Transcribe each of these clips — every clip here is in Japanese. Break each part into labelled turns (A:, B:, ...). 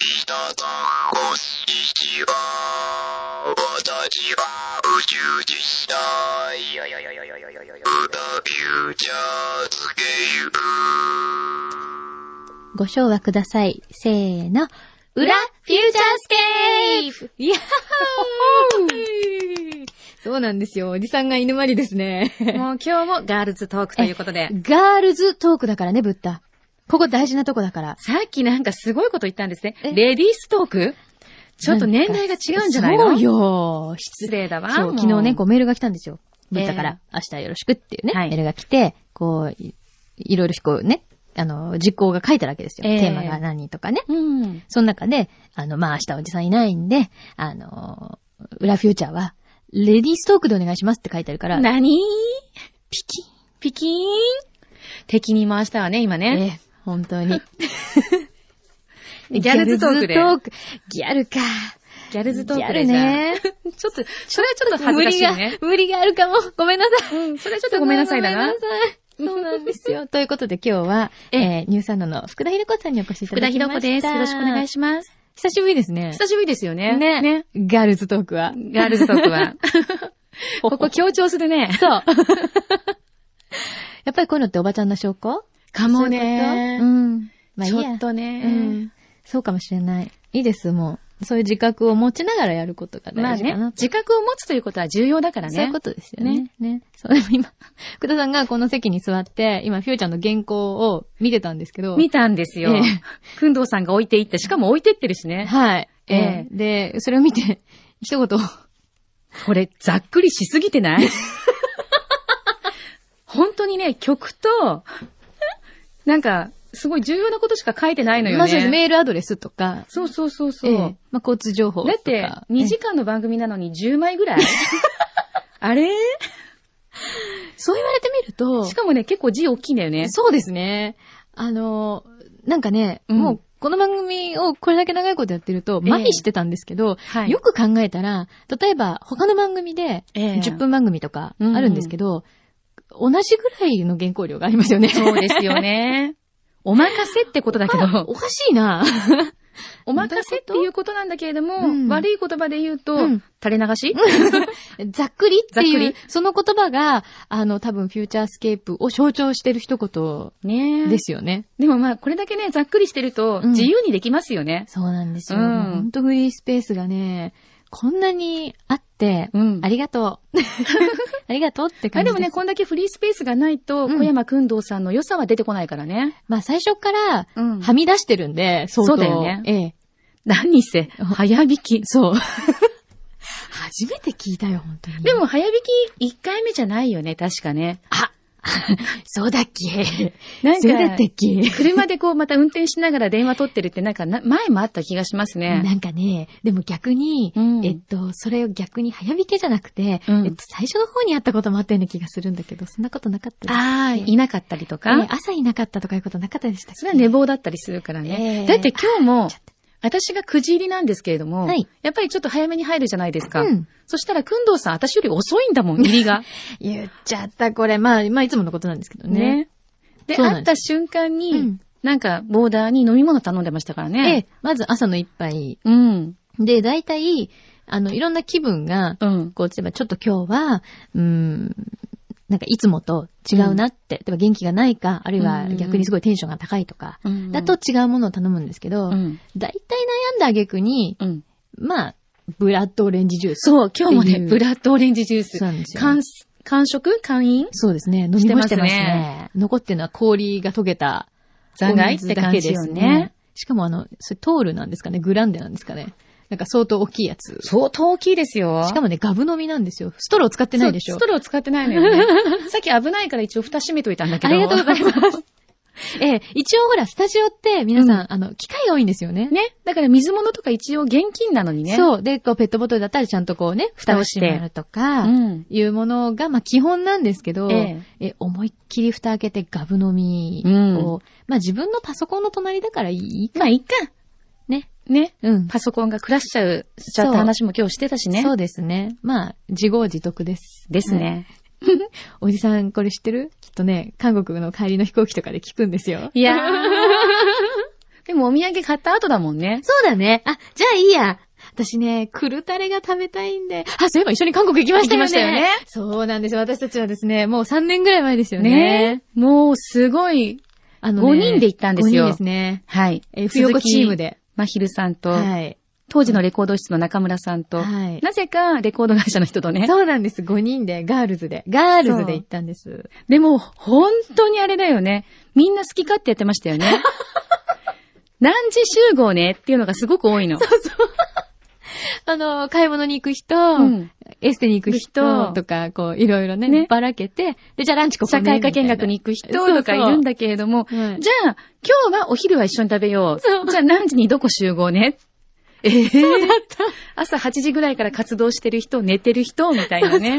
A: 皆さん、こんにちは。私は宇宙実際。ブラフューチャーズゲーム。
B: ご唱和ください。せーの。裏、フューチャースケープいやーそうなんですよ。おじさんが犬まりですね。
C: もう今日もガールズトークということで。
B: ガールズトークだからね、ブッダ。ここ大事なとこだから。
C: さっきなんかすごいこと言ったんですね。
B: え
C: レディーストークちょっと年代が違うんじゃないの
B: そうよ。失
C: 失礼だわ。
B: そう
C: もう
B: 昨日ね、こうメールが来たんですよ。ブッダか
C: え
B: ら、明日よろしくっていうね、
C: はい
B: メールが来て、こう、いいろいろこうね、あの、実行が書いてあるわけですよ。
C: ええ
B: テーマが何とかね。
C: うん。
B: その中で、あの、まあ、明日おじさんいないんで、あの、裏フューチャーは、レディーストークでお願いしますって書いてあるから、
C: 何ピキン。ピキーン。敵に回したわね、今
B: え
C: ね。
B: え、本当に。
C: ギャルズトークで
B: ギャルズトーク。ギャルか。
C: ギャルズトーク
B: ギャル
C: でじゃあ。
B: ね。
C: ちょっと、それはちょっと恥ずかしいね。
B: 無理が、無理があるかも。ごめんなさい。
C: うん、それはちょっとごめんなさいだ
B: ご。め
C: な
B: んなさいそうなんです よ。ということで今日は、
C: ええ
B: えー、ニューサンドの福田ひろ子さんにお越しいた
C: 福
B: だ
C: 田
B: き
C: ひ
B: ま
C: ろ
B: した。
C: 子です。よろしくお願い
B: し
C: します。
B: ます。久しぶりですね。
C: 久しぶりですよね。
B: ね
C: ね。
B: ガールズトークは。
C: ガールズトー クは。ここ強調するね。
B: そう。 やっぱりこういうのっておばちゃんの証拠
C: かも
B: そ
C: ね。
B: ういうことうん。まあいい
C: ちょ
B: や
C: っ。とね。
B: うんそうかもしれない。いいです、もう。そういう自覚を持ちながらやることが
C: まあ
B: 大事
C: ね
B: か、なと。
C: 自覚を持つということは重要だからね。
B: そういうことですよね。ね。そう、で も今、福田さんがこの席に座って、今、フューちゃんの原稿を見てたんですけど。
C: 見たんですよ
B: ええ。
C: くんどうさんが置いていって、しかも置いてってるしね。
B: はい。
C: ええ
B: で、それを見て、 一言、
C: これ、ざっくりしすぎてない 本当にね、曲と、なんか、すごい重要なことしか書いてないのよね。
B: まあそうですメールアドレスとか、
C: そうそうそうそ
B: え
C: う。
B: えまあ交通情報と
C: だ
B: か。
C: って、2時間の番組なのに10枚ぐらい あれ
B: ええそう言われてみると、
C: しかもね、結構字大きいんだよね。
B: そうですね。あの、なんかね、
C: うん
B: もう、この番組をこれだけ長いことやってると、
C: ええ
B: 麻痺してたんですけど、
C: は
B: よく考えたら、例えば他の番組で、
C: ええ
B: 10分番組とかあるんですけど、同じぐらいの原稿量がありますよね。
C: そうですよね。お任せってことだけ ど。
B: おかしいな。
C: お任せっていうことなんだけれども、
B: うん
C: 悪い言葉で言うと、
B: うん
C: 垂れ流し、
B: ざっくりってい
C: ざ
B: う
C: っ、
B: その言葉が、あの、多分フューチャースケープを象徴してる一言
C: ねえ
B: ですよね。
C: でもまあ、これだけね、ざっくりしてると、
B: うん
C: 自由にできますよね。
B: そうなんですよ。
C: うん
B: もうほんとフリースペースがね、こんなにあって、
C: うん
B: ありがと う。ありがとうって
C: ま
B: 感
C: あで
B: じ
C: も
B: で
C: ね、
B: す。
C: こんだけフリースペースがないと、
B: うん
C: 小山くんどうさんの良さは出てこないからね。
B: まあ最初から、
C: うん
B: はみ出してるんで、相当
C: そうだよね
B: ええ。
C: 何せ、早引き。
B: そう。 初めて聞いたよ、本当に。
C: で、も、早引き1回目じゃないよね、確かね。
B: あそうだっけ
C: なん
B: そうだっ
C: か
B: た、っけ
C: 車でこう、また運転しながら電話取ってるって、なんかな、前もあった気がしますね。
B: なんかね、でも逆に、
C: うん
B: えっと、それを逆に早引けじゃなくて、
C: うん
B: えっと、最初の方にあったこともあったような気がするんだけど、そんなことなかったです
C: ああ、いなかったりとか。
B: えー朝いなかったとかいうことなかったでしたっけ
C: それは寝坊だったりするからね。
B: ええ
C: だって今日も
B: ちょっ、
C: 私が9時入りなんですけれども、
B: はい
C: やっぱりちょっと早めに入るじゃないですか。
B: うん
C: そしたら、くんどうさん、私より遅いんだもん、入り が。
B: 言っちゃった、これ。まあ、まあ、いつものことなんですけどね。
C: ね。で、
B: そうな
C: 会
B: ん
C: っ
B: で
C: た瞬間に、
B: うん
C: なんか、ボーダーに飲み物頼んでましたから
B: え
C: ね。
B: えまず朝の一杯。
C: うん。
B: で、大体、あの、いろんな気分が、
C: うん。
B: こう、例えばちょっと今日は、うーん、なんかいつもと違うなって、例えば元気がないか、あるいは逆にすごいテンションが高いとか、
C: うん
B: だと、違うものを頼むんですけど、
C: うん。
B: 大体悩んだ挙句に、
C: うん。
B: まあ、ブラッドオレンジジュース。
C: そう、今日も
B: って
C: ね、
B: いう
C: ブラッドオレンジジュース。
B: そうなんですよ
C: 完す完食完飲
B: そうですね。飲み干してますね。
C: して
B: 残ってるのは氷が溶けた。
C: 残骸って感
B: お
C: じよ
B: 水だけです
C: ね。。
B: しかもあの、それトールなんですかねグランデなんですかねなんか相当大きいやつ。
C: 相当大きいですよ。
B: しかもね、ガブ飲みなんですよ。ストロー使ってないでしょ
C: そうストロー使ってないのよ ね。さっき危ないから一応蓋閉めといたんだけ
B: あ
C: ど。
B: りがとうございます。 ええ、一応ほら、スタジオって皆さん、あの、機械が多いんですよね。
C: ね。だから水物とか一応現金なのにね。う。
B: そう。で、こう、ペットボトルだったらちゃんとこうね、蓋を閉めるとか、
C: うん。
B: いうものが、まあ、基本なんですけど、え
C: え
B: 思いっきり蓋開けてガブ飲みを、
C: うん
B: まあ、自分のパソコンの隣だからいいか。
C: まあ、いっか。
B: ね。
C: ね。
B: うん。
C: パソコンがクラッシちゃう、しちゃった話も今日してたしね。
B: そうですね。まあ、自業自得です。
C: ですね。
B: おじさん、これ知ってるきっとね、韓国の帰りの飛行機とかで聞くんですよ。
C: いやー。 でもお土産買った後だもんね。
B: そうだね。あ、じゃあいいや。私ね、クルタレが食べたいんで。あ、そういえば一緒に韓国行きましたよね。
C: 行きましたよね
B: そうなんですよ。私たちはですね、もう3年ぐらい前ですよね。
C: ねえ。もうすごい。
B: あ
C: 5人で行ったんです
B: 5
C: よ
B: 人ですね。
C: はい。
B: えー、冬子チーム。で。
C: まひるさんと、
B: はい。
C: 当時のレコード室の中村さんと、
B: はい
C: なぜかレコード会社の人とね。
B: そうなんです。5人で、ガールズで。ガールズで行ったんです。
C: でも、本当にあれだよね。みんな好き勝手やってました よね。何時集合ねっていうのがすごく多いの。
B: あの、買い物に行く人、
C: うん
B: エステに行く
C: 行く
B: 人
C: 人
B: とか、こう、いろいろね、
C: ね
B: ばらけて、で、じゃあランチここ
C: 社
B: ね
C: 会科見学に行く人とかいるんだけれども、
B: みたいなはい
C: じゃあ、今日はお昼は一緒に食べよ
B: そう
C: う。じゃあ何時にどこ集合ねええそうだった。朝8時ぐらいから活動してる人、寝てる人、みたいなね。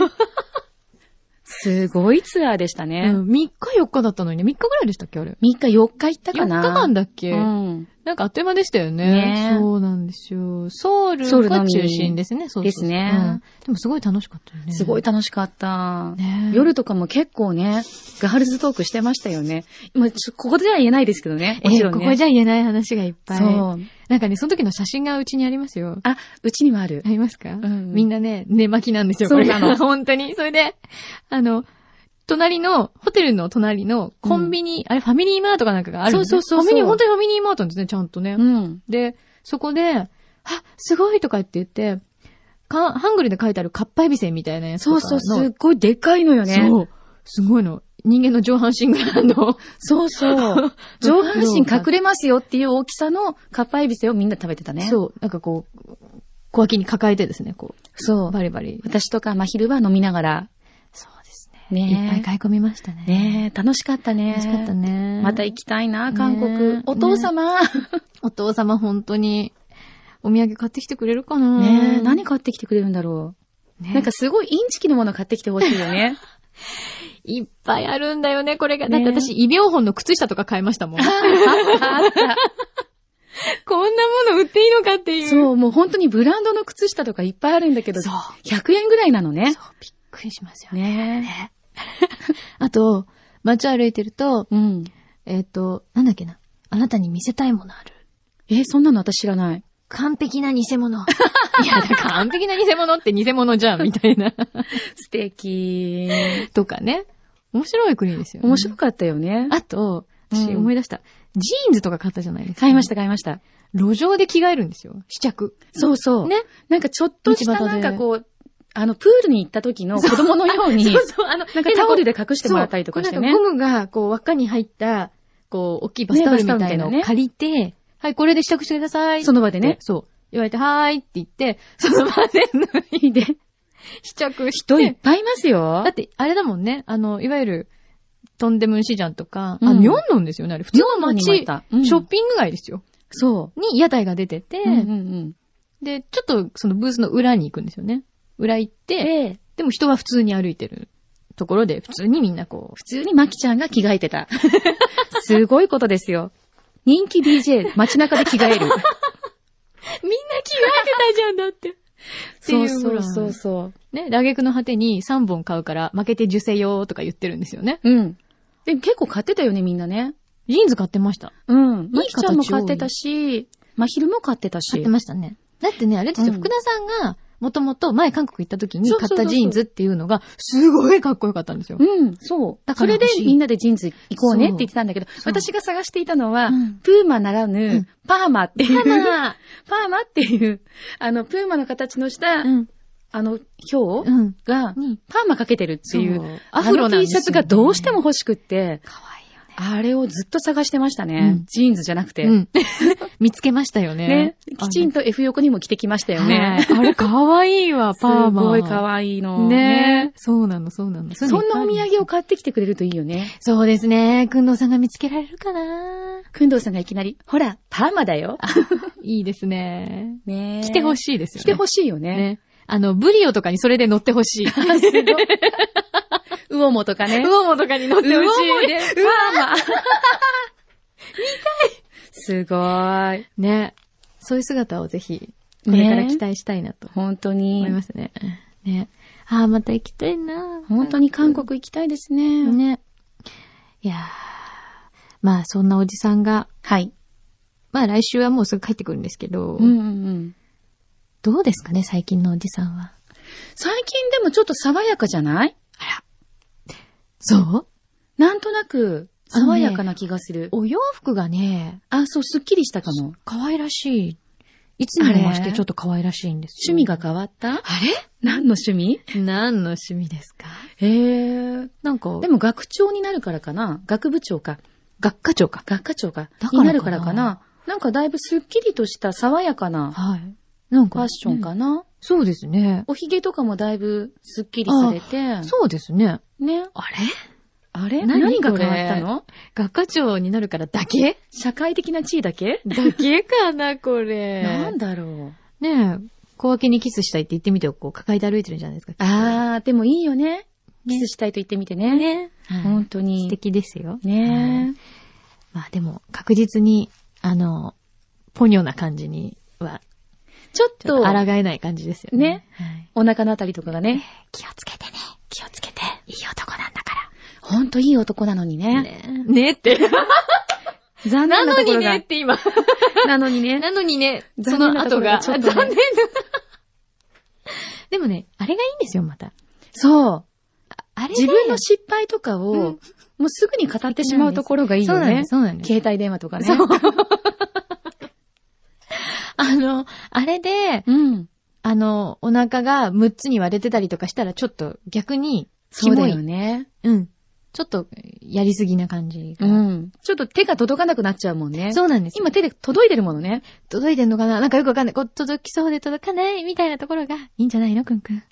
C: すごいツアーでしたね。
B: うん、3日4日だったのにね。3日ぐらいでしたっけあれ。
C: 3日、4日行った
B: 4
C: か
B: 日
C: な。
B: 間だっけ、
C: うん。
B: なんかあっという間でしたよね。
C: ね
B: そうなんですよ。ソウ
C: ソ
B: ル
C: ウルの
B: が
C: み
B: 中心ですね、そうそうそう
C: ですね
B: うんでもすごい楽しかったよね。
C: すごい楽しかった。
B: ね
C: 夜とかも結構ね、ガールズトークしてましたよね。まあちょここでは言えないですけどね。
B: え
C: もちろん
B: こ
C: ね。
B: こじゃ言えない話がいっぱい。
C: そう。
B: なんかね、その時の写真がうちにありますよ。
C: あ、うちにもある
B: あ。りますか、
C: ん
B: みんなね、寝巻きなんですよ、
C: そうな
B: こ
C: の
B: れが 本当に。それで、あの、隣の、ホテルの隣のコンビニ、あれファミリーマートかなんかがあるのね
C: そうそうそうそう
B: ファミリー、本当にファミリーマートなんですね、ちゃんとね。
C: うん。
B: で、そこで、あ、すごいとかって言って、か、ハングルで書いてあるカッパエビセンみたいなやつとか
C: そ
B: の。
C: うそう、すっごいでかいのよね。
B: そう。すごいの。人間の上半身ぐらいの。
C: そうそう。 上半身隠れますよっていう大きさのカッパエビセをみんな食べてたね。う。
B: そう。なんかこう、小脇に抱えてですね、こ、
C: そうう。
B: バリバリ。
C: 私とか、まひるは飲みながら。
B: そうですね。いっぱい
C: ね
B: 買い込みましたね。
C: え。ねえ、楽しかったね。
B: 楽しかった。ね。
C: また行きたいな、韓
B: ね
C: 国
B: え。
C: お父様。
B: お父様本当に、お土産買ってきてくれるかな
C: ねえ、何買ってきてくれるんだろう。
B: ね
C: なんかすごいインチキのもの買ってきてほしい よね。
B: いっぱいあるんだよね、これが。だっ
C: ね
B: て私、異病本の靴下とか買いましたもん。 こん
C: あった。
B: なもの売っていいのかっていう。
C: そう、もう本当にブランドの靴下とかいっぱいあるんだけど、
B: そう。
C: 100円ぐらいなのね。
B: びっくりしますよね。
C: ね
B: あと、街歩いてると、
C: え。うん。
B: えっ、と、なんだっけな。あなたに見せたいものある。
C: え、そんなの私知らない。
B: 完璧な偽物。 いや、だから完璧な偽物って偽物じゃん、みたいな。
C: 素敵。
B: とかね。面白い国ですよ、ね。
C: 面白かったよね。
B: あと、私
C: うん
B: 思い出した。ジーンズとか買ったじゃないですか。
C: 買いました、買いました。
B: 路上で着替えるんですよ。試着。
C: そうそう。
B: ね。
C: なんかちょっとした、
B: 道端
C: な
B: で
C: んかこう、あの、プールに行った時の子供のように、
B: そう、あの、
C: なんかタオルで隠してもらったりとかしてね
B: そう。こうなんかゴムが、こう、輪っかに入った、こう、大きいバスタオルみたいのを
C: ねバスタオ
B: 借りて、はい、これで試着してくださいって。
C: その場でね。
B: そう。言われて、はーいって言って、その場で脱いで、 試着して。
C: 人いっぱいいますよ
B: だっ。て、あれだもんね。あの、いわゆる、トンデムンシジャンとか、
C: うん
B: あ、ミョンノンですよね。あれ、普通の街、
C: ミョンノンにもい
B: シ
C: たうん
B: ョッピング街ですよ。
C: そ
B: に屋台が出てて、
C: う。うんうんうん。
B: で、ちょっとそのブースの裏に行くんですよね。裏行って、
C: で、
B: でも人は普通に歩いてるところ で、普通にみんなこ
C: 普通にマキちゃんが着替えて た。すごいことですよ。人気 DJ、街中で着替え る。
B: う、みんな着替えてたじゃんだって。っていうぐらい
C: そう。
B: ね、打撃の果てに3本買うから負けて受精よとか言ってるんですよね。
C: うん。でも結構買ってたよね、みんなね。
B: ジーンズ買ってました。
C: うん。
B: いい
C: マ
B: 形
C: キちゃんも買ってたし、まひるも買ってた
B: 買
C: し
B: って。ましたね。だってね、あれですよ、
C: うん
B: 福田さんが、もともと前韓国行った時に
C: そう
B: 買
C: そう
B: っ
C: そうそう
B: たジーンズっていうのが、すごいかっこよかったんですよ。
C: うん、そう。
B: だか
C: そ
B: ら
C: れで
B: 欲しい
C: みんなでジーンズ行こうねって言ってたんだけど、
B: そう
C: 私が探していたのは、
B: うん
C: プーマなら
B: う
C: ぬ
B: ん、
C: パーマっていう、
B: だ、
C: パーマっていう、あの、プーマの形のした、
B: うん、
C: あの、表
B: うん。
C: が、
B: に、
C: パーマかけてるっていう、
B: そう
C: ア
B: ア
C: フ
B: フ
C: ロ
B: ロ
C: の
B: なん
C: T
B: です
C: シ
B: よ
C: ャツがどうしても欲しくって、
B: かわいいよね。
C: あれをずっと探してましたね。
B: うん
C: ジーンズじゃなくて。
B: うん。 見つけましたよね。
C: ね。きちん
B: と
C: と F 横にも着てきましたよね。
B: あれ、かわいい わ、
C: す
B: パーマ。
C: ごい可愛いの。
B: ねそうなの、そうなの。
C: そんなお土産を買ってきてくれるといいよね。
B: そうですね。くんどうさんが見つけられるかな
C: くんどうさんがいきなり、ほら、パーマだよ。
B: いいですね。
C: ね
B: 来てほ
C: い。
B: しいですよね。
C: 来てほしいよ
B: い
C: ね。
B: ね。あの、ブリオとかにそれで乗ってほ しい。ウ
C: うおもとかね。
B: オモとかに乗ってほし
C: うおも
B: い。
C: でパー マ。見たい。すごい。
B: ね。そういう姿をぜひ、これから
C: ね
B: 期待したいなと
C: 本当
B: 思
C: に
B: い。ますね。ね。ああ、また行きたいな
C: 本当に韓国行きたいですね。
B: ね。いやーまあ、そんなおじさんが、
C: はい。
B: まあ来週はもうすぐ帰ってくるんですけど、
C: うんうんうん。
B: どうですかね、最近のおじさんは。
C: 最近でもちょっと爽やかじゃない
B: そう
C: なんとなく、爽やかな気がする。
B: お洋服がね、
C: あ、そう、すっきりしたかも。
B: 可愛らしい。いつにも増し
C: あ
B: て
C: れ
B: ちょっと可愛らしいんです
C: 趣味が
B: わ
C: 変わった
B: あ
C: 何の趣味
B: れ何の趣味ですか
C: へえ。
B: なんか、
C: で
B: も、
C: も学長になるからかな学部長か。
B: 学科長か。
C: 学科長か。
B: だからかな
C: になるからかななんかだいぶすっきりとした爽やかな
B: はい。なん
C: フ
B: か、
C: ァッション
B: うん
C: かな、
B: そうですね。
C: おひげとかもだいぶすっきりされて。
B: そうですね。
C: ね。
B: あれ
C: あれ
B: 何
C: 何
B: こ
C: が
B: れ
C: 変わったの
B: 学科長になるからだけ
C: 社会的な地位だけ、
B: だけかな、これ。
C: なんだろう。
B: ねえ、小分けにキスしたいって言ってみて、こう、抱えて歩いてるんじゃないですか。
C: あー、でもいいよね。
B: ね
C: キスしたいと言ってみてね。
B: ね。
C: 本当
B: 素
C: に。
B: 敵ですよ。はい
C: ね
B: まあでも、確実に、あの、ポニョな感じには、
C: ちょっ
B: ちょっ
C: と
B: と、抗えない感じですよね。はい
C: お腹のあたりとかがね。
B: 気をつけてね。気をつけて。いい男なんだか
C: ほんといい男なのに
B: ら。
C: ね。
B: ねねって。
C: 残
B: な
C: 念な
B: の
C: とこ
B: に
C: ろ
B: ね
C: が
B: っ。て今。
C: なのにね。
B: なのにね、そ
C: 残念
B: の
C: なと
B: 後
C: ころ
B: が。
C: がちょ
B: 残
C: っと
B: 念
C: ね
B: な。でもね、あれがいいんですよ、また。
C: そう。
B: あれ
C: 自分の失敗とか
B: う
C: を、
B: ん
C: もうすぐに語ってしまうところがいい
B: そう
C: よ
B: なんで
C: ね
B: す、。そうなんです。
C: 携帯電話とかね。
B: そう。あの、あれで、
C: うん。
B: あの、お腹が6つに割れてたりとかしたら、ちょっと逆に、キ
C: そう
B: モ
C: だ
B: い。
C: よね。
B: うん。ちょっと、やりすぎな感じが。
C: うん。ちょっと手が届かなくなっちゃうもんね。
B: そうなんです。今、
C: 今手で届いてるものね。
B: 届いてんのかななんかよくわかんない。こう、届きそうで届かないみたいなところが、いいんじゃないのくんくん。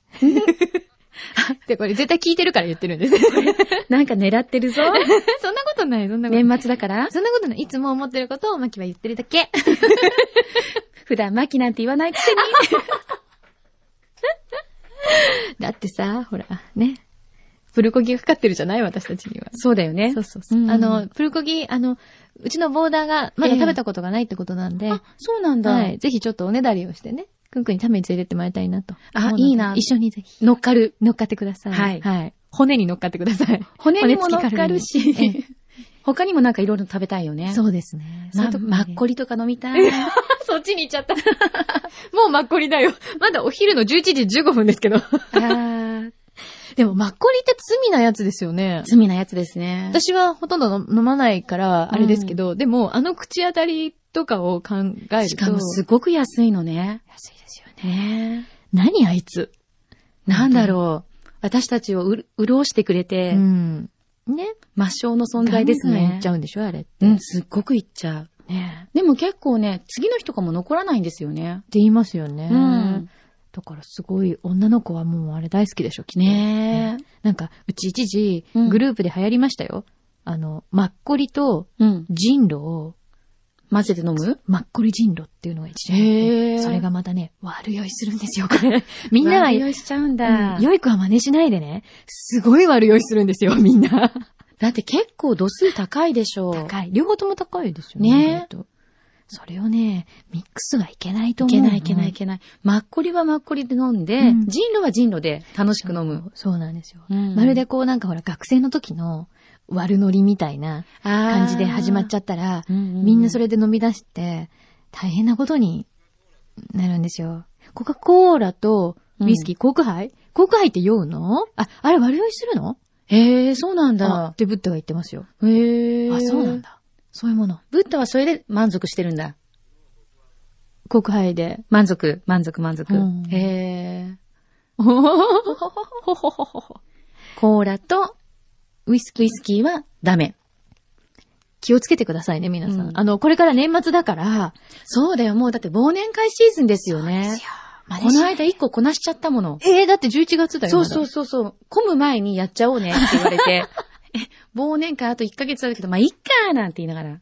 B: で、これ絶対聞いてるから言ってるんです。
C: なんか狙ってるぞ。
B: そんなことない、そんなことない。
C: 年末だから。
B: そんなことない。いつも思ってることをマキは言ってるだけ。
C: 普段マキなんて言わないくせに。
B: だってさ、ほら、ね。プルコギがかかってるじゃない私たちには。
C: そうだよね
B: そう。そうそう。
C: うん
B: あの、プルコギ、あの、うちのボーダーがまだ食べたことがないってことなんで、
C: あ、そうなんだ。
B: はい。ぜひちょっとおねだりをしてね、くんくんに食べに連れてってもらいたいなと。
C: あ
B: 思うので
C: いいな
B: 一緒にぜひ。
C: 乗っかる。
B: 乗っかってください。
C: はい
B: はい。骨に乗っかってください。
C: 骨にも乗っかる
B: 骨付きカルビ
C: し。他にもなんかいろいろ食べたいよね。う。
B: そうですね。
C: ま、マッコリとか飲み たい。
B: リ。 そっちに行っちゃった。 もうマッコリだよ。 まだお昼の11時15分ですけど。
C: あー
B: でもマッコリって罪なやつですよね。
C: 罪なやつですね。
B: 私はほとんど飲飲まないから、あれですけど、でも、あの口当たりとかを考えると。
C: しかもすごく安いのね。
B: 安いですよね。
C: ね
B: 何あいつ。
C: なんだろう。私たちをうる潤してくれて、
B: ん。ね。
C: 抹消の存在です
B: ガンガンい
C: ね
B: っち。ゃうんでしょあれって。
C: うん、すっごくいっちゃう。
B: ね。
C: でも結構ね、次の日とかも残らないんですよね
B: っ。て言いますよね。
C: うん。
B: だからすごい、女の子はもうあれ大好きでしょ、きっと。
C: ね
B: なんか、うち一時、
C: うん
B: グループで流行りましたよ。あの、マッコリと
C: え。うん。
B: 人狼を、
C: 混ぜて飲む
B: マッコリ人狼っていうのが一時流行っ
C: へ
B: て
C: ー
B: それがまたね、悪酔いするんですよ、これ。みんなは
C: 悪酔いしちゃうんだ。
B: うん良い子は真似しないでね。すごい悪酔いするんですよ、みんな。
C: だって結構度数高いでしょう。
B: 高い。両方とも高いですよね。
C: ね
B: 意外とそれをね、ミックスがいけないと
C: い
B: 思う。
C: けないいけないいけない。マッコリはマッコリで飲んで、
B: うん
C: 人狼は人狼で楽しく飲む。
B: そうなんですよ。
C: うん
B: まるでこうなんかほら学生の時の悪ノリみたいな感
C: 感
B: じで始まっち
C: ゃ
B: ゃったら、
C: う。
B: みんなそ
C: れ、
B: れで飲み出して大変なことになるんですよ。コカ・コーラとウイスキー、コークハイコークハイって酔うのあ、あれ悪酔いするの
C: へえ、そうなん
B: あっ
C: だ。
B: てブッダが言ってますよ。
C: へえ。
B: あ、そうなん。だ。そういうもの。
C: ブッダはそれで満足してるんだ。
B: コークハイで
C: 満足、満足、満足
B: うん。
C: へえ。
B: 気
C: コーラとウイスキーはダメ。
B: をつけてくださいね、皆さん。
C: うん
B: あの、これから年末だから。
C: そうだよ、もうだって忘年会シーズンですよね。
B: こ
C: こ
B: の
C: の
B: 間、
C: 間一個こなしちゃったもの。
B: えー、だって11月だよ。
C: そうそう
B: そ
C: そうそう。混む前にやっちゃおうねって言わ れて。え、忘年会あと1ヶ月あるけど、まあ、いっかーなんて言いながら、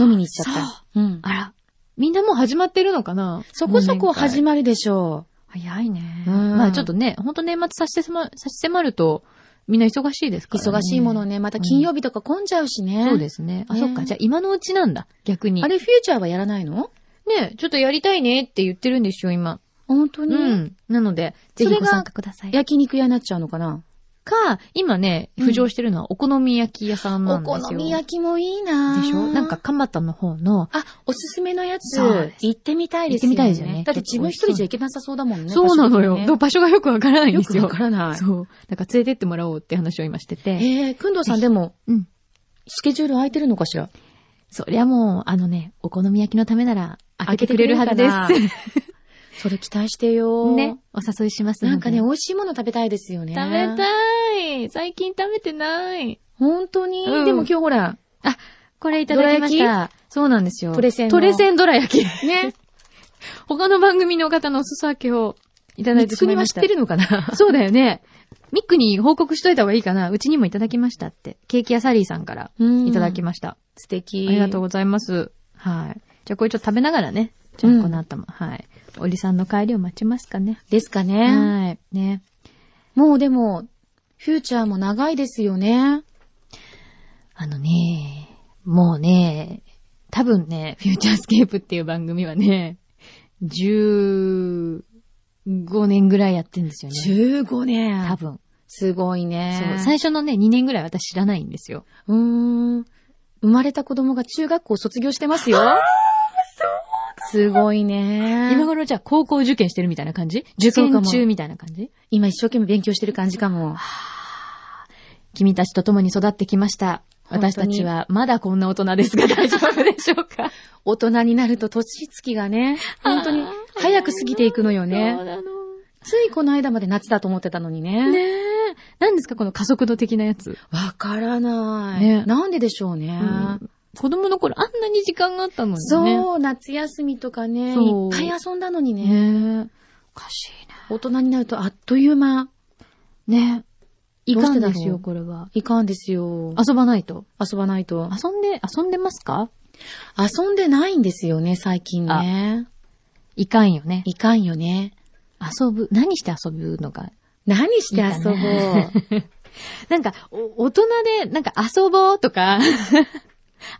C: 飲みに行っちゃった。うん。
B: あら、みんなもう始まってるのかな
C: そこそこ始
B: ま
C: まるでしょ
B: 早いね。
C: うん
B: まあちょっとね、ほんと年末差し迫差し迫ると、みんな忙しいです
C: う。
B: からね。
C: 忙しいものね。また金曜日とか混んじゃうしね。
B: そうですね。あ、
C: ね
B: そっか。じゃあ今のうちなんだ。逆に。
C: あ
B: れ
C: れ、フューチャーはやらないの
B: ね、ちょっとやりたいねって言ってるんですよ、今。
C: 本当
B: う
C: に、
B: ん。なので、ぜひ
C: それが
B: ご参加ください。
C: 焼肉屋になっちゃうのかな
B: か、今ね、
C: うん
B: 浮上してるのはお好み焼き屋さんな
C: お
B: んですよ。
C: 好み焼きもいいなぁ
B: でしょなんか、、蒲田の方の、
C: あ、おすすめのやつ
B: そうで、す
C: 行ってみたいですよ
B: 行ってみ
C: ね。
B: たいですよね
C: だって自分一人じゃ行けなさそうだもんね。
B: そうなのよ。
C: 場
B: で
C: 所
B: も場所がよくわからない
C: ね
B: ん
C: よ
B: です
C: く
B: よ。
C: わからない。
B: そう。なんか連れてってもらおうって話を今してて。
C: えー、くんどうさんでも、
B: うん。
C: スケジュール空いてるのかしら
B: そりゃもう、あのね、お好み焼きのためなら、開けてくれるはずです。
C: 開けてくれるかなそれ期待してよ。
B: ね。。お誘いしますので
C: なんかね、美味しいもの食べたいですよね。
B: 食べたい最近食べてない。
C: 本当に、
B: うん
C: でも今日ほら、
B: これいただきまし
C: どら
B: た。そうなんですよ。
C: トレセンの
B: トレセンどら焼き。
C: ね。
B: 他の番組の方のお裾分けをいただい
C: 三
B: て
C: つ
B: しまい
C: 国は
B: ま
C: 知
B: し
C: ったて。るのかな
B: そうだよね。ミックに報告しといた方がいいかな。うちにもいただきましたって。ケーキ屋サリーさんからいただき
C: ま
B: ました。
C: す。素敵。
B: ありがとうございます。はい。じゃあこれちょっと食べながらね。じゃ
C: うん
B: あこの後も、はい。おりさんの帰りを待ちますかね。
C: ですかね。
B: はい。ね。
C: もうでも、フューチャーも長いですよね。
B: あのね、もうね、多分ね、フューチャースケープっていう番組はね、15年ぐらいやってんですよね。
C: 15
B: 多
C: 年。
B: 分。
C: すごい
B: そう
C: ね。。
B: 最初のね、2年ぐらい私知らないんですよ。
C: うーん。生まれた子供が中学校卒業してますよ。すごいね。
B: 今頃じゃあ高校受験してるみたいな感じ受
C: そうか
B: 験
C: も
B: 中みたいな感じ
C: 今一生懸命勉強してる感じかも。
B: 君たちと共に育ってきました。
C: 本当に
B: 私たちはまだこんな大人 ですが大丈夫でしょうか
C: 大人になると年月がね、本当に早く過ぎていくのよね。
B: なの。
C: ついこの間まで夏だと思ってたのにね。
B: ねえ。何ですかこの加速度的なやつ。
C: わからない、
B: ね
C: なんででしょうね。
B: うん子供の頃あんなに時間があったのにね。
C: そう、夏休みとかね、いっ
B: そう
C: ぱい遊んだのにね。
B: ねえ。おかしい
C: 大人になるとあっという間、
B: な。ねいかんです
C: どうしてだろ
B: よ、
C: う
B: これは。
C: いかんですよ。
B: 遊ばないと。
C: 遊ばないと。
B: 遊んで、遊んでますか
C: 遊んでないんですよね、最近ね。
B: いかんよね。
C: いかんよね。
B: 遊ぶ。何して遊ぶのか。
C: 何して遊ぼう。
B: いいかなんか、お大人で、なんか遊ぼうとか、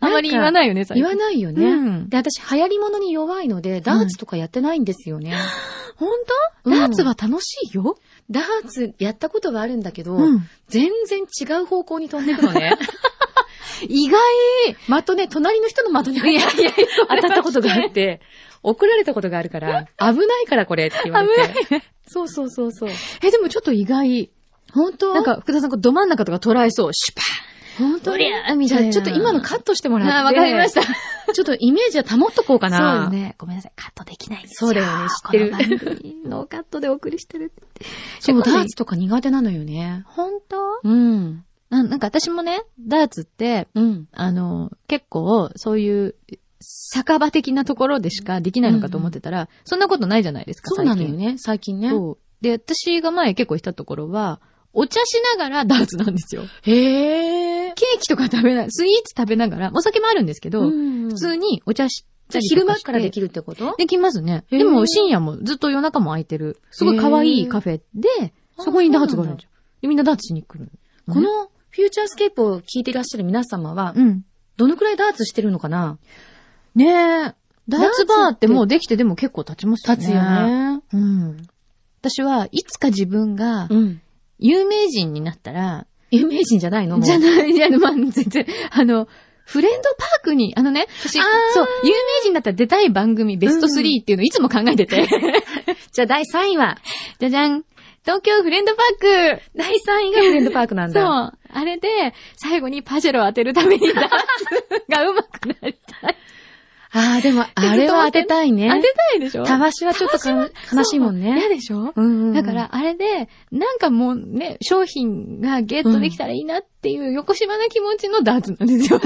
B: あまり言わないよね、最
C: 言
B: 近
C: わないよね、
B: うん
C: で、私、流行り物に弱いので、ダーツとかやってないんですよね。
B: 本
C: う
B: 当
C: ん
B: ダーツは楽しいよ。
C: ダーツやったことはあるんだけど、
B: うん
C: 全然違う方向に飛んでいくのね。
B: 意外
C: 的ね、隣の人の的に当た当たったことがあって、怒られたことがあるから、危ないからこれって言われて。そうそうそうそう。
B: え、でもちょっと意外。
C: 本当
B: なん、か、福田さん、こうど真ん中とか捉えそう。シュパ
C: 本
B: ー
C: 当
B: ン
C: に。
B: ゃーみ
C: じ
B: た
C: ゃ
B: い
C: あ
B: な。
C: ちょっと今のカットしてもらって。
B: あーわかりました。。
C: ちょっとイメージは保っとこうかな。
B: そうですね。ごめんなさい。カットできないんですよ。
C: そうだよね知ってる
B: この番組のカットでお送りしてるって。
C: そう、ダ
B: じゃあ今度
C: ーツとか苦手なのよね。
B: 本当
C: うん。
B: ななんか私もね、ダーツって、
C: うん。
B: あの、結構、そういう、酒場的なところでしかできないのかと思ってたら、そんなことないじゃないですか、
C: そうなのよ
B: 最近。
C: ね、最近ね。
B: そう。で、私が前結構したところは、お茶しながらダーツなんですよ。
C: へえ。
B: ケーキとか食べない、スイーツ食べながら、お酒もあるんですけど、
C: うん
B: 普通にお茶したりとかして。
C: 昼間からできるってこと
B: できますね。
C: へー
B: でも深夜もずっと夜中も空いてる。すごい可愛いカフェで、
C: ー
B: そこにダーツがあるんですよ。で、みんなダーツしに来る。
C: このフューチャースケープを聞いていらっしゃる皆様は、
B: うん。
C: どのくらいダーツしてるのかな
B: ねえ。ダーツバーってもうできてでも結構経ちますよね。
C: 立つよ。ね。
B: うん。私はいつか自分が
C: うん。
B: 有名人になったら、
C: 有名人じゃないの
B: じ ゃ
C: な
B: ない、じゃない、まあ、全然、あの、フレンドパークに、あのね、私、
C: あー
B: そう、有名人だったら出たい番組ベスト3っていうのいつも考えてて。
C: じゃあ第3位は
B: じゃじゃん東京フレンドパーク
C: 第3位がフレンドパークなん
B: そう。
C: だ。
B: あれで、最後にパジェロを当てるためにダーツが上手くなりたい。
C: ああ、でも、あれは当てたい
B: 当
C: ね。
B: てたいでしょ
C: たわしはちょっとかん悲しいもん
B: そう嫌
C: ね。
B: でしょ
C: うんうんうん
B: だから、、あれで、なんかもうね、商品がゲットできたらいいなっていう、横島な気持ちのダーツなん ですよ。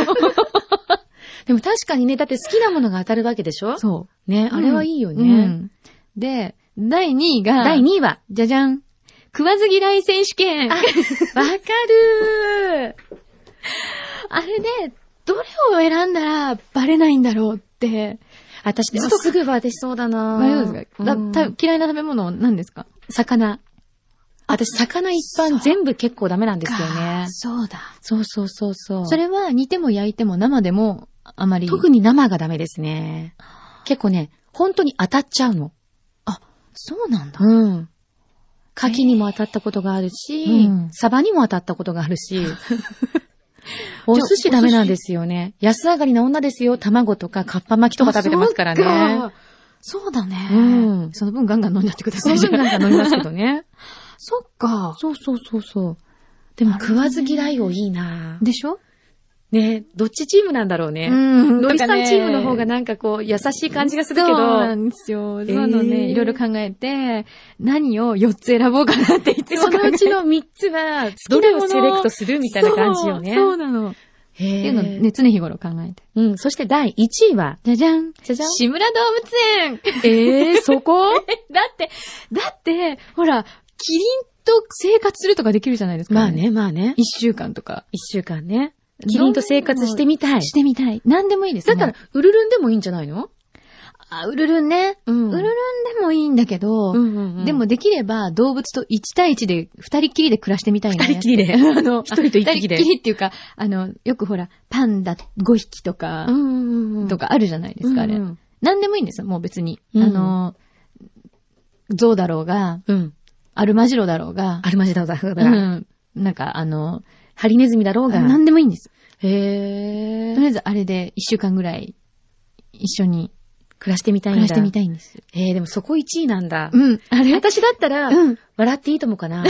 C: でも確かにね、だって好きなものが当たるわけでしょ
B: そ
C: ね、
B: う
C: あれはいいよ
B: う
C: ね。
B: んで、第2位が、
C: 第2位は、
B: じゃじゃん。食わず嫌い選手権。あ
C: わかる
B: れで、どれを選んだらバレないんだろうって。
C: 私、でもすぐバテしそうだな
B: バレるんですか、だ
C: うん
B: た嫌いな食べ物は何ですか
C: 魚。私、魚一般全部結構ダメなんですよ
B: か
C: ね。
B: そうだ。
C: そうそうそうそう。
B: それは煮ても焼いても生でもあまり。
C: 特に生がダメですね。結構ね、本当に当たっちゃうの。
B: そうなんだ。
C: うん。牡蠣にも当たったことがあるし、
B: うん
C: サバにも当たったことがある し、お寿司ダメなんですよね。安上がりな女ですよ。卵とかカッパ巻きとか食べてますからね。。
B: そうそうだね。
C: うん
B: その分ガンガン飲んじゃってくだ
C: そ
B: さ
C: う
B: い。
C: いうのなんか飲みますけどね。
B: そっか。
C: そうそうそうそう。でも
B: なるほ
C: 食
B: どね
C: わず嫌いをいいな
B: でしょ
C: ねどっちチームなんだろうね。
B: ん
C: のりさんチームの方が
B: い
C: なんかこう、優しい感じがするけど。
B: そうなんですよ。そういうの
C: えー
B: ね、いろいろ考えて、何を4つ選ぼうかなっていつ
C: で、
B: も
C: そ
B: 考
C: の
B: え
C: うちの3つは、ど
B: 好きな
C: れ
B: もの
C: をセレクトするみたいな感じよね。
B: そうそうなの。っ
C: へ
B: てい
C: ー
B: うのをね、常日頃考えて。
C: うん。そして第1位は、
B: じゃじゃん。
C: じゃじゃん。
B: 志村動物園
C: えー、そ こ
B: だって、だって、ほら、キリンと生活するとかできるじゃないですか。
C: まあ。ね、まあね。
B: 一週間とか。
C: 一週間ね。キリンと生活してみたい。
B: してみたい。何でもいいです
C: だ
B: ね。
C: ったら、ウルルンでもいいんじゃないの
B: あ、ウルルンね。
C: う
B: ウ
C: ん
B: ルルンでもいいんだけど、
C: うんうんうん
B: でも、できれば動物と1対1で2人っきりで暮らしてみたいな。
C: 二人きりで。 あの、一人と一
B: 二
C: 匹
B: 人
C: で。
B: っきりっていうか、あの、よくほら、パンダ5匹とか
C: うん、うんうんうん。
B: とかあるじゃないですか、あれ
C: う。ん
B: 何でもいいんですよ、もう別に。
C: うん
B: あの、象だろうが、
C: うん。うん。
B: アルマジロだろうが、
C: アルマジダだか
B: う
C: ら、
B: ん、なんかあの、
C: ハリネズミだろうが。
B: 何でもいいんです。
C: へ
B: と
C: ー
B: りあえずあれで1週間ぐらい一緒に
C: 暮らしてみたいん
B: 暮
C: だ。
B: らしてみたいんですよ。
C: えー、でもそこ1位なんだ。
B: うん、あれ
C: 私だったら、
B: うん。
C: 笑っていいとも かな。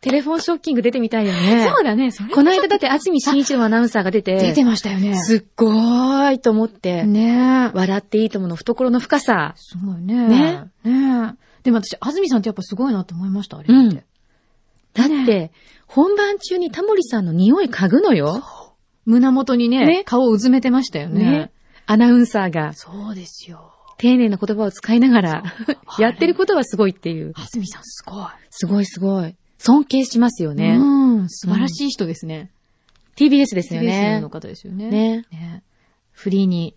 C: テレフォンショッキング出てみたいよね。
B: そうだね、それ
C: この間だって安住紳一郎アナウンサーが出て、
B: 出てましたよね。
C: すっごーいと思って、
B: ねえ。
C: 笑っていいともの懐の深さ。
B: すごいね。
C: ね
B: ねえ。でも私、安住さんってやっぱすごいなって思いました、あれって。
C: うんだって、本番中にタモリさんの匂い嗅ぐのよ。
B: 胸元にね
C: ね
B: 顔をうずめてましたよね。
C: ね。アナウンサーが
B: そうですよ。
C: 丁寧な言葉を使いながら、やってることはすごいっていう。
B: 安住さんすごい。
C: すごいすごい。尊敬しますよね。
B: うん、素晴らしい人ですね。
C: TBS ですよ
B: TBS
C: ね
B: の。方ですよね。
C: ね。
B: ねフリーに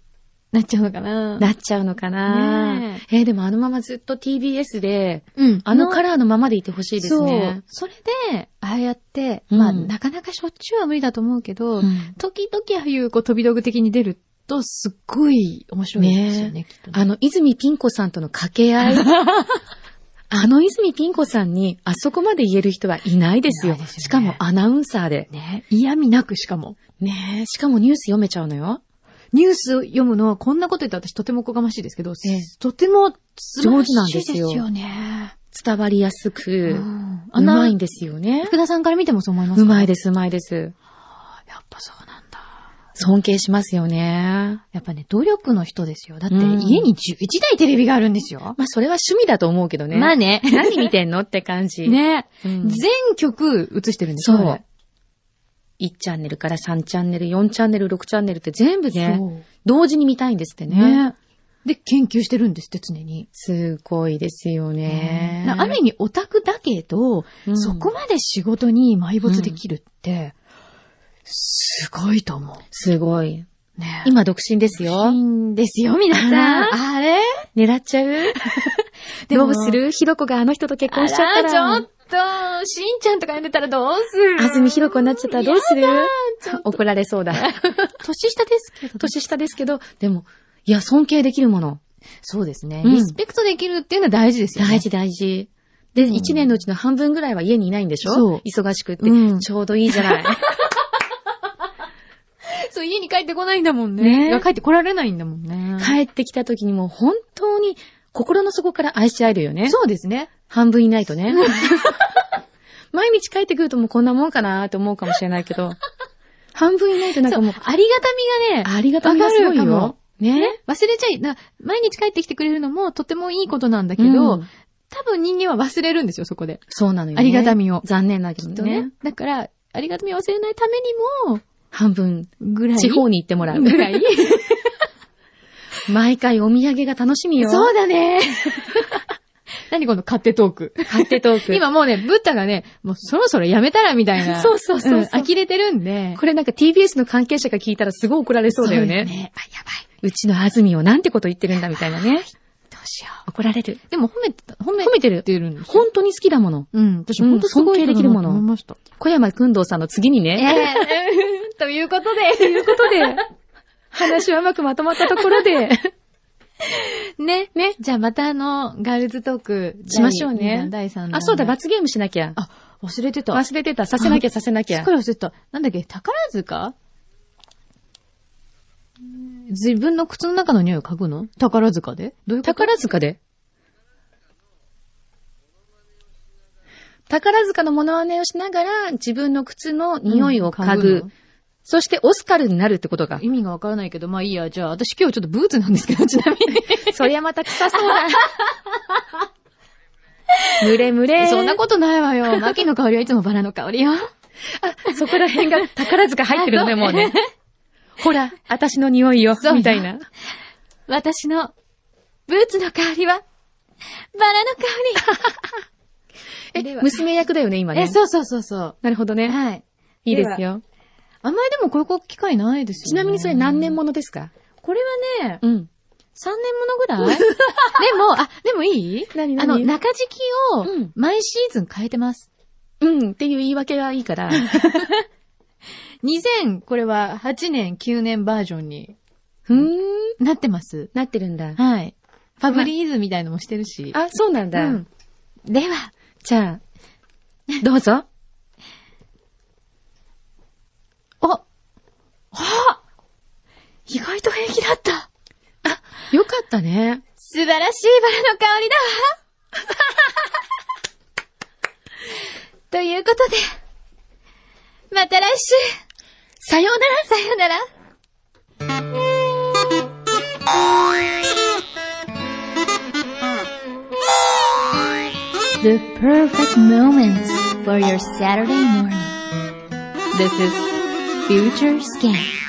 B: なっちゃうのかな
C: なっちゃうのかな、
B: ね
C: えーでもあのままずっと TBS で、
B: うん
C: あのカラーのままでいてほしいですね。
B: そう。それで、ああやって、
C: うん
B: まあ、なかなかしょっちゅうは無理だと思うけど、
C: うん
B: 時々ああいう、こう、飛び道具的に出ると、すっごい面白いですよね、きっとね。
C: あの、泉ピン子さんとの掛 け合い。あの泉ピン子さんに、あそこまで言える人はいないですよ。
B: いないですよね
C: しかもアナウンサーで。
B: ね。嫌味なくしかも。
C: ねえ、しかもニュース読めちゃうのよ。
B: ニュースを読むのは、こんなこと言ったら私とてもおこがましいですけど、
C: ええ
B: とても素晴らしい
C: 上手なんですよ
B: ですよね。
C: 伝わりやす
B: う
C: く、
B: ん。あ
C: うまいん
B: の、
C: ですよね。
B: 福田さんから見てもそう思います。
C: うまいですす、うまいです。
B: やっぱそうなんだ。
C: 尊敬しますよね。
B: やっぱね、努力の人ですよ。だって、
C: うん
B: 家に11台テレビがあるんですよ。
C: まあ、それは趣味だと思うけどね。
B: まあね。
C: 何見てんのって感じ。
B: ね。
C: うん
B: 全曲映してるんです
C: そ
B: よ。
C: う
B: あれ。
C: 1チャンネルから3チャンネル、4チャンネル、6チャンネルって全部ね
B: そ、う
C: 同時に見たいんですってね。
B: ね。で、研究してるんですって、常に。
C: すごいですよね。
B: なある意味オタクだけど、
C: うん
B: そこまで仕事に埋没できるって、すごいと思
C: すごい。
B: う。ね。
C: 今独身です
B: いい
C: よ。
B: んですよ、皆 さん。あれ
C: 狙っちゃう
B: で
C: ど
B: も
C: うするひろこがあの人と結婚しちゃったら。
B: あらちょっと、しんちゃんとか呼んでたらどうする
C: 安住ひろこになっちゃったらどうする 怒られそうだ。
B: 年下ですけど。
C: 年下ですけど、でも、いや、尊敬できるもの。
B: そうですね。
C: うん
B: リスペクトできるっていうのは大事ですよね。
C: 大事大事。で、
B: ん
C: 一年のうちの半分ぐらいは家にいないんでしょ
B: そう
C: 忙しくって、
B: うん
C: ちょうどいいじ ゃない。
B: そう、家に帰ってこないんだもん
C: ね
B: ね。が帰ってこられないんだもんね。
C: 帰ってきた時にもう本当に心の底から愛し合えるよね。
B: そうですね。
C: 半分いないとね。 毎日帰ってくるともうこんなもんかなって思うかもしれないけど、半分いないとなんかもう、
B: ありがたみがね、
C: ありがたみがすごい
B: わかるか
C: よ
B: も。
C: ね。
B: 忘れちゃい、な、毎日帰ってきてくれるのもとてもいいことなんだけ
C: けど、
B: ど、多分人間は忘れるんですよ、そこで。
C: そうなのよ、ね。
B: ありがたみを。
C: 残念だけ
B: き
C: ど
B: っと
C: ね
B: ね。だから、ありがたみを忘れないためにも、
C: 半分、
B: ぐらい。
C: 地方に行ってもらう。
B: ぐら い。
C: 毎回お土産が楽しみよ。
B: そうだね。 何この勝手トーク。
C: 買ってトーク。
B: 今もうね、ブッダがね、もうそろそろやめたらみたいな。
C: そうそうそうそうん
B: 呆れてるんで。
C: これなんか TBS の関係者が聞いたらすごい怒られそうだよね。
B: そうですねあ、やばい。
C: うちの安住をなんてこと言ってるんだみたいなね。
B: どうしよ
C: 怒られる。
B: う。でも褒めてた、褒め
C: 褒めてる。
B: てるんですよ
C: 本当に好きだもの。
B: うん、私
C: うん
B: 本当すごい人だなと思いました。
C: 小山くんどうさんの次に
B: え
C: ね。
B: え という ことで、
C: ということで、話はうまくまとまったところで、
B: ね。
C: ね。
B: じゃあまたあの、ガールズトーク
C: しましょうね
B: 第二弾第3弾。
C: あ、そうだ、罰ゲームしなきゃ。
B: 忘れてた。
C: 忘れてた。させなきゃさせなき
B: す
C: ゃ
B: っか。り忘れてた。なんだっけ宝塚自分の靴の中の匂いを嗅ぐの宝塚でどういうこと
C: 宝塚で宝塚のモノマネをしながら自分の靴の匂いを嗅ぐ。
B: うん
C: そしてオスカルになるってことか
B: の。意味がわからないけど、まあいいや。じゃあ、私今日ちょっとブーツなんですけ ど、ちなみに。
C: そりゃまた臭そう だ。むれむれ。
B: そんなことないわよ。秋の香りはいつもバラの香りよ。
C: と。そこら辺が宝塚入ってるの ね、もうね。ほら、私の匂いよ
B: そう、よ
C: みたいな。
B: 私のブーツの香りは、バラの香 り。
C: え
B: では、
C: 娘役だよね、今
B: え、
C: ね。
B: そうそうそうそう。
C: なるほどね。
B: はい。
C: いいですよ。
B: あんまりでもこういう機会ないですよ、ね。
C: ちなみにそれ何年ものですか
B: これはね、
C: うん。
B: 3年ものぐらいでも、あ、でもいい
C: 何
B: あの、中敷きを
C: うん
B: 毎シーズン変えてます。
C: うんっていう言い訳がいい から。
B: 2000、これは8年、9年バージョンに
C: ふーん。
B: なってます。
C: なってるんだ。
B: はい。ファブリーズみたいのもしてるし。
C: あ、そうなんだ。
B: うんでは、
C: じゃあ、どう ぞ。
B: おあ意外と平気だった
C: よかったね。
B: 素晴らしいバラの香りだわ ということで、また来週さようならさようなら
D: The perfect moments for your Saturday morning. This is Future Scan.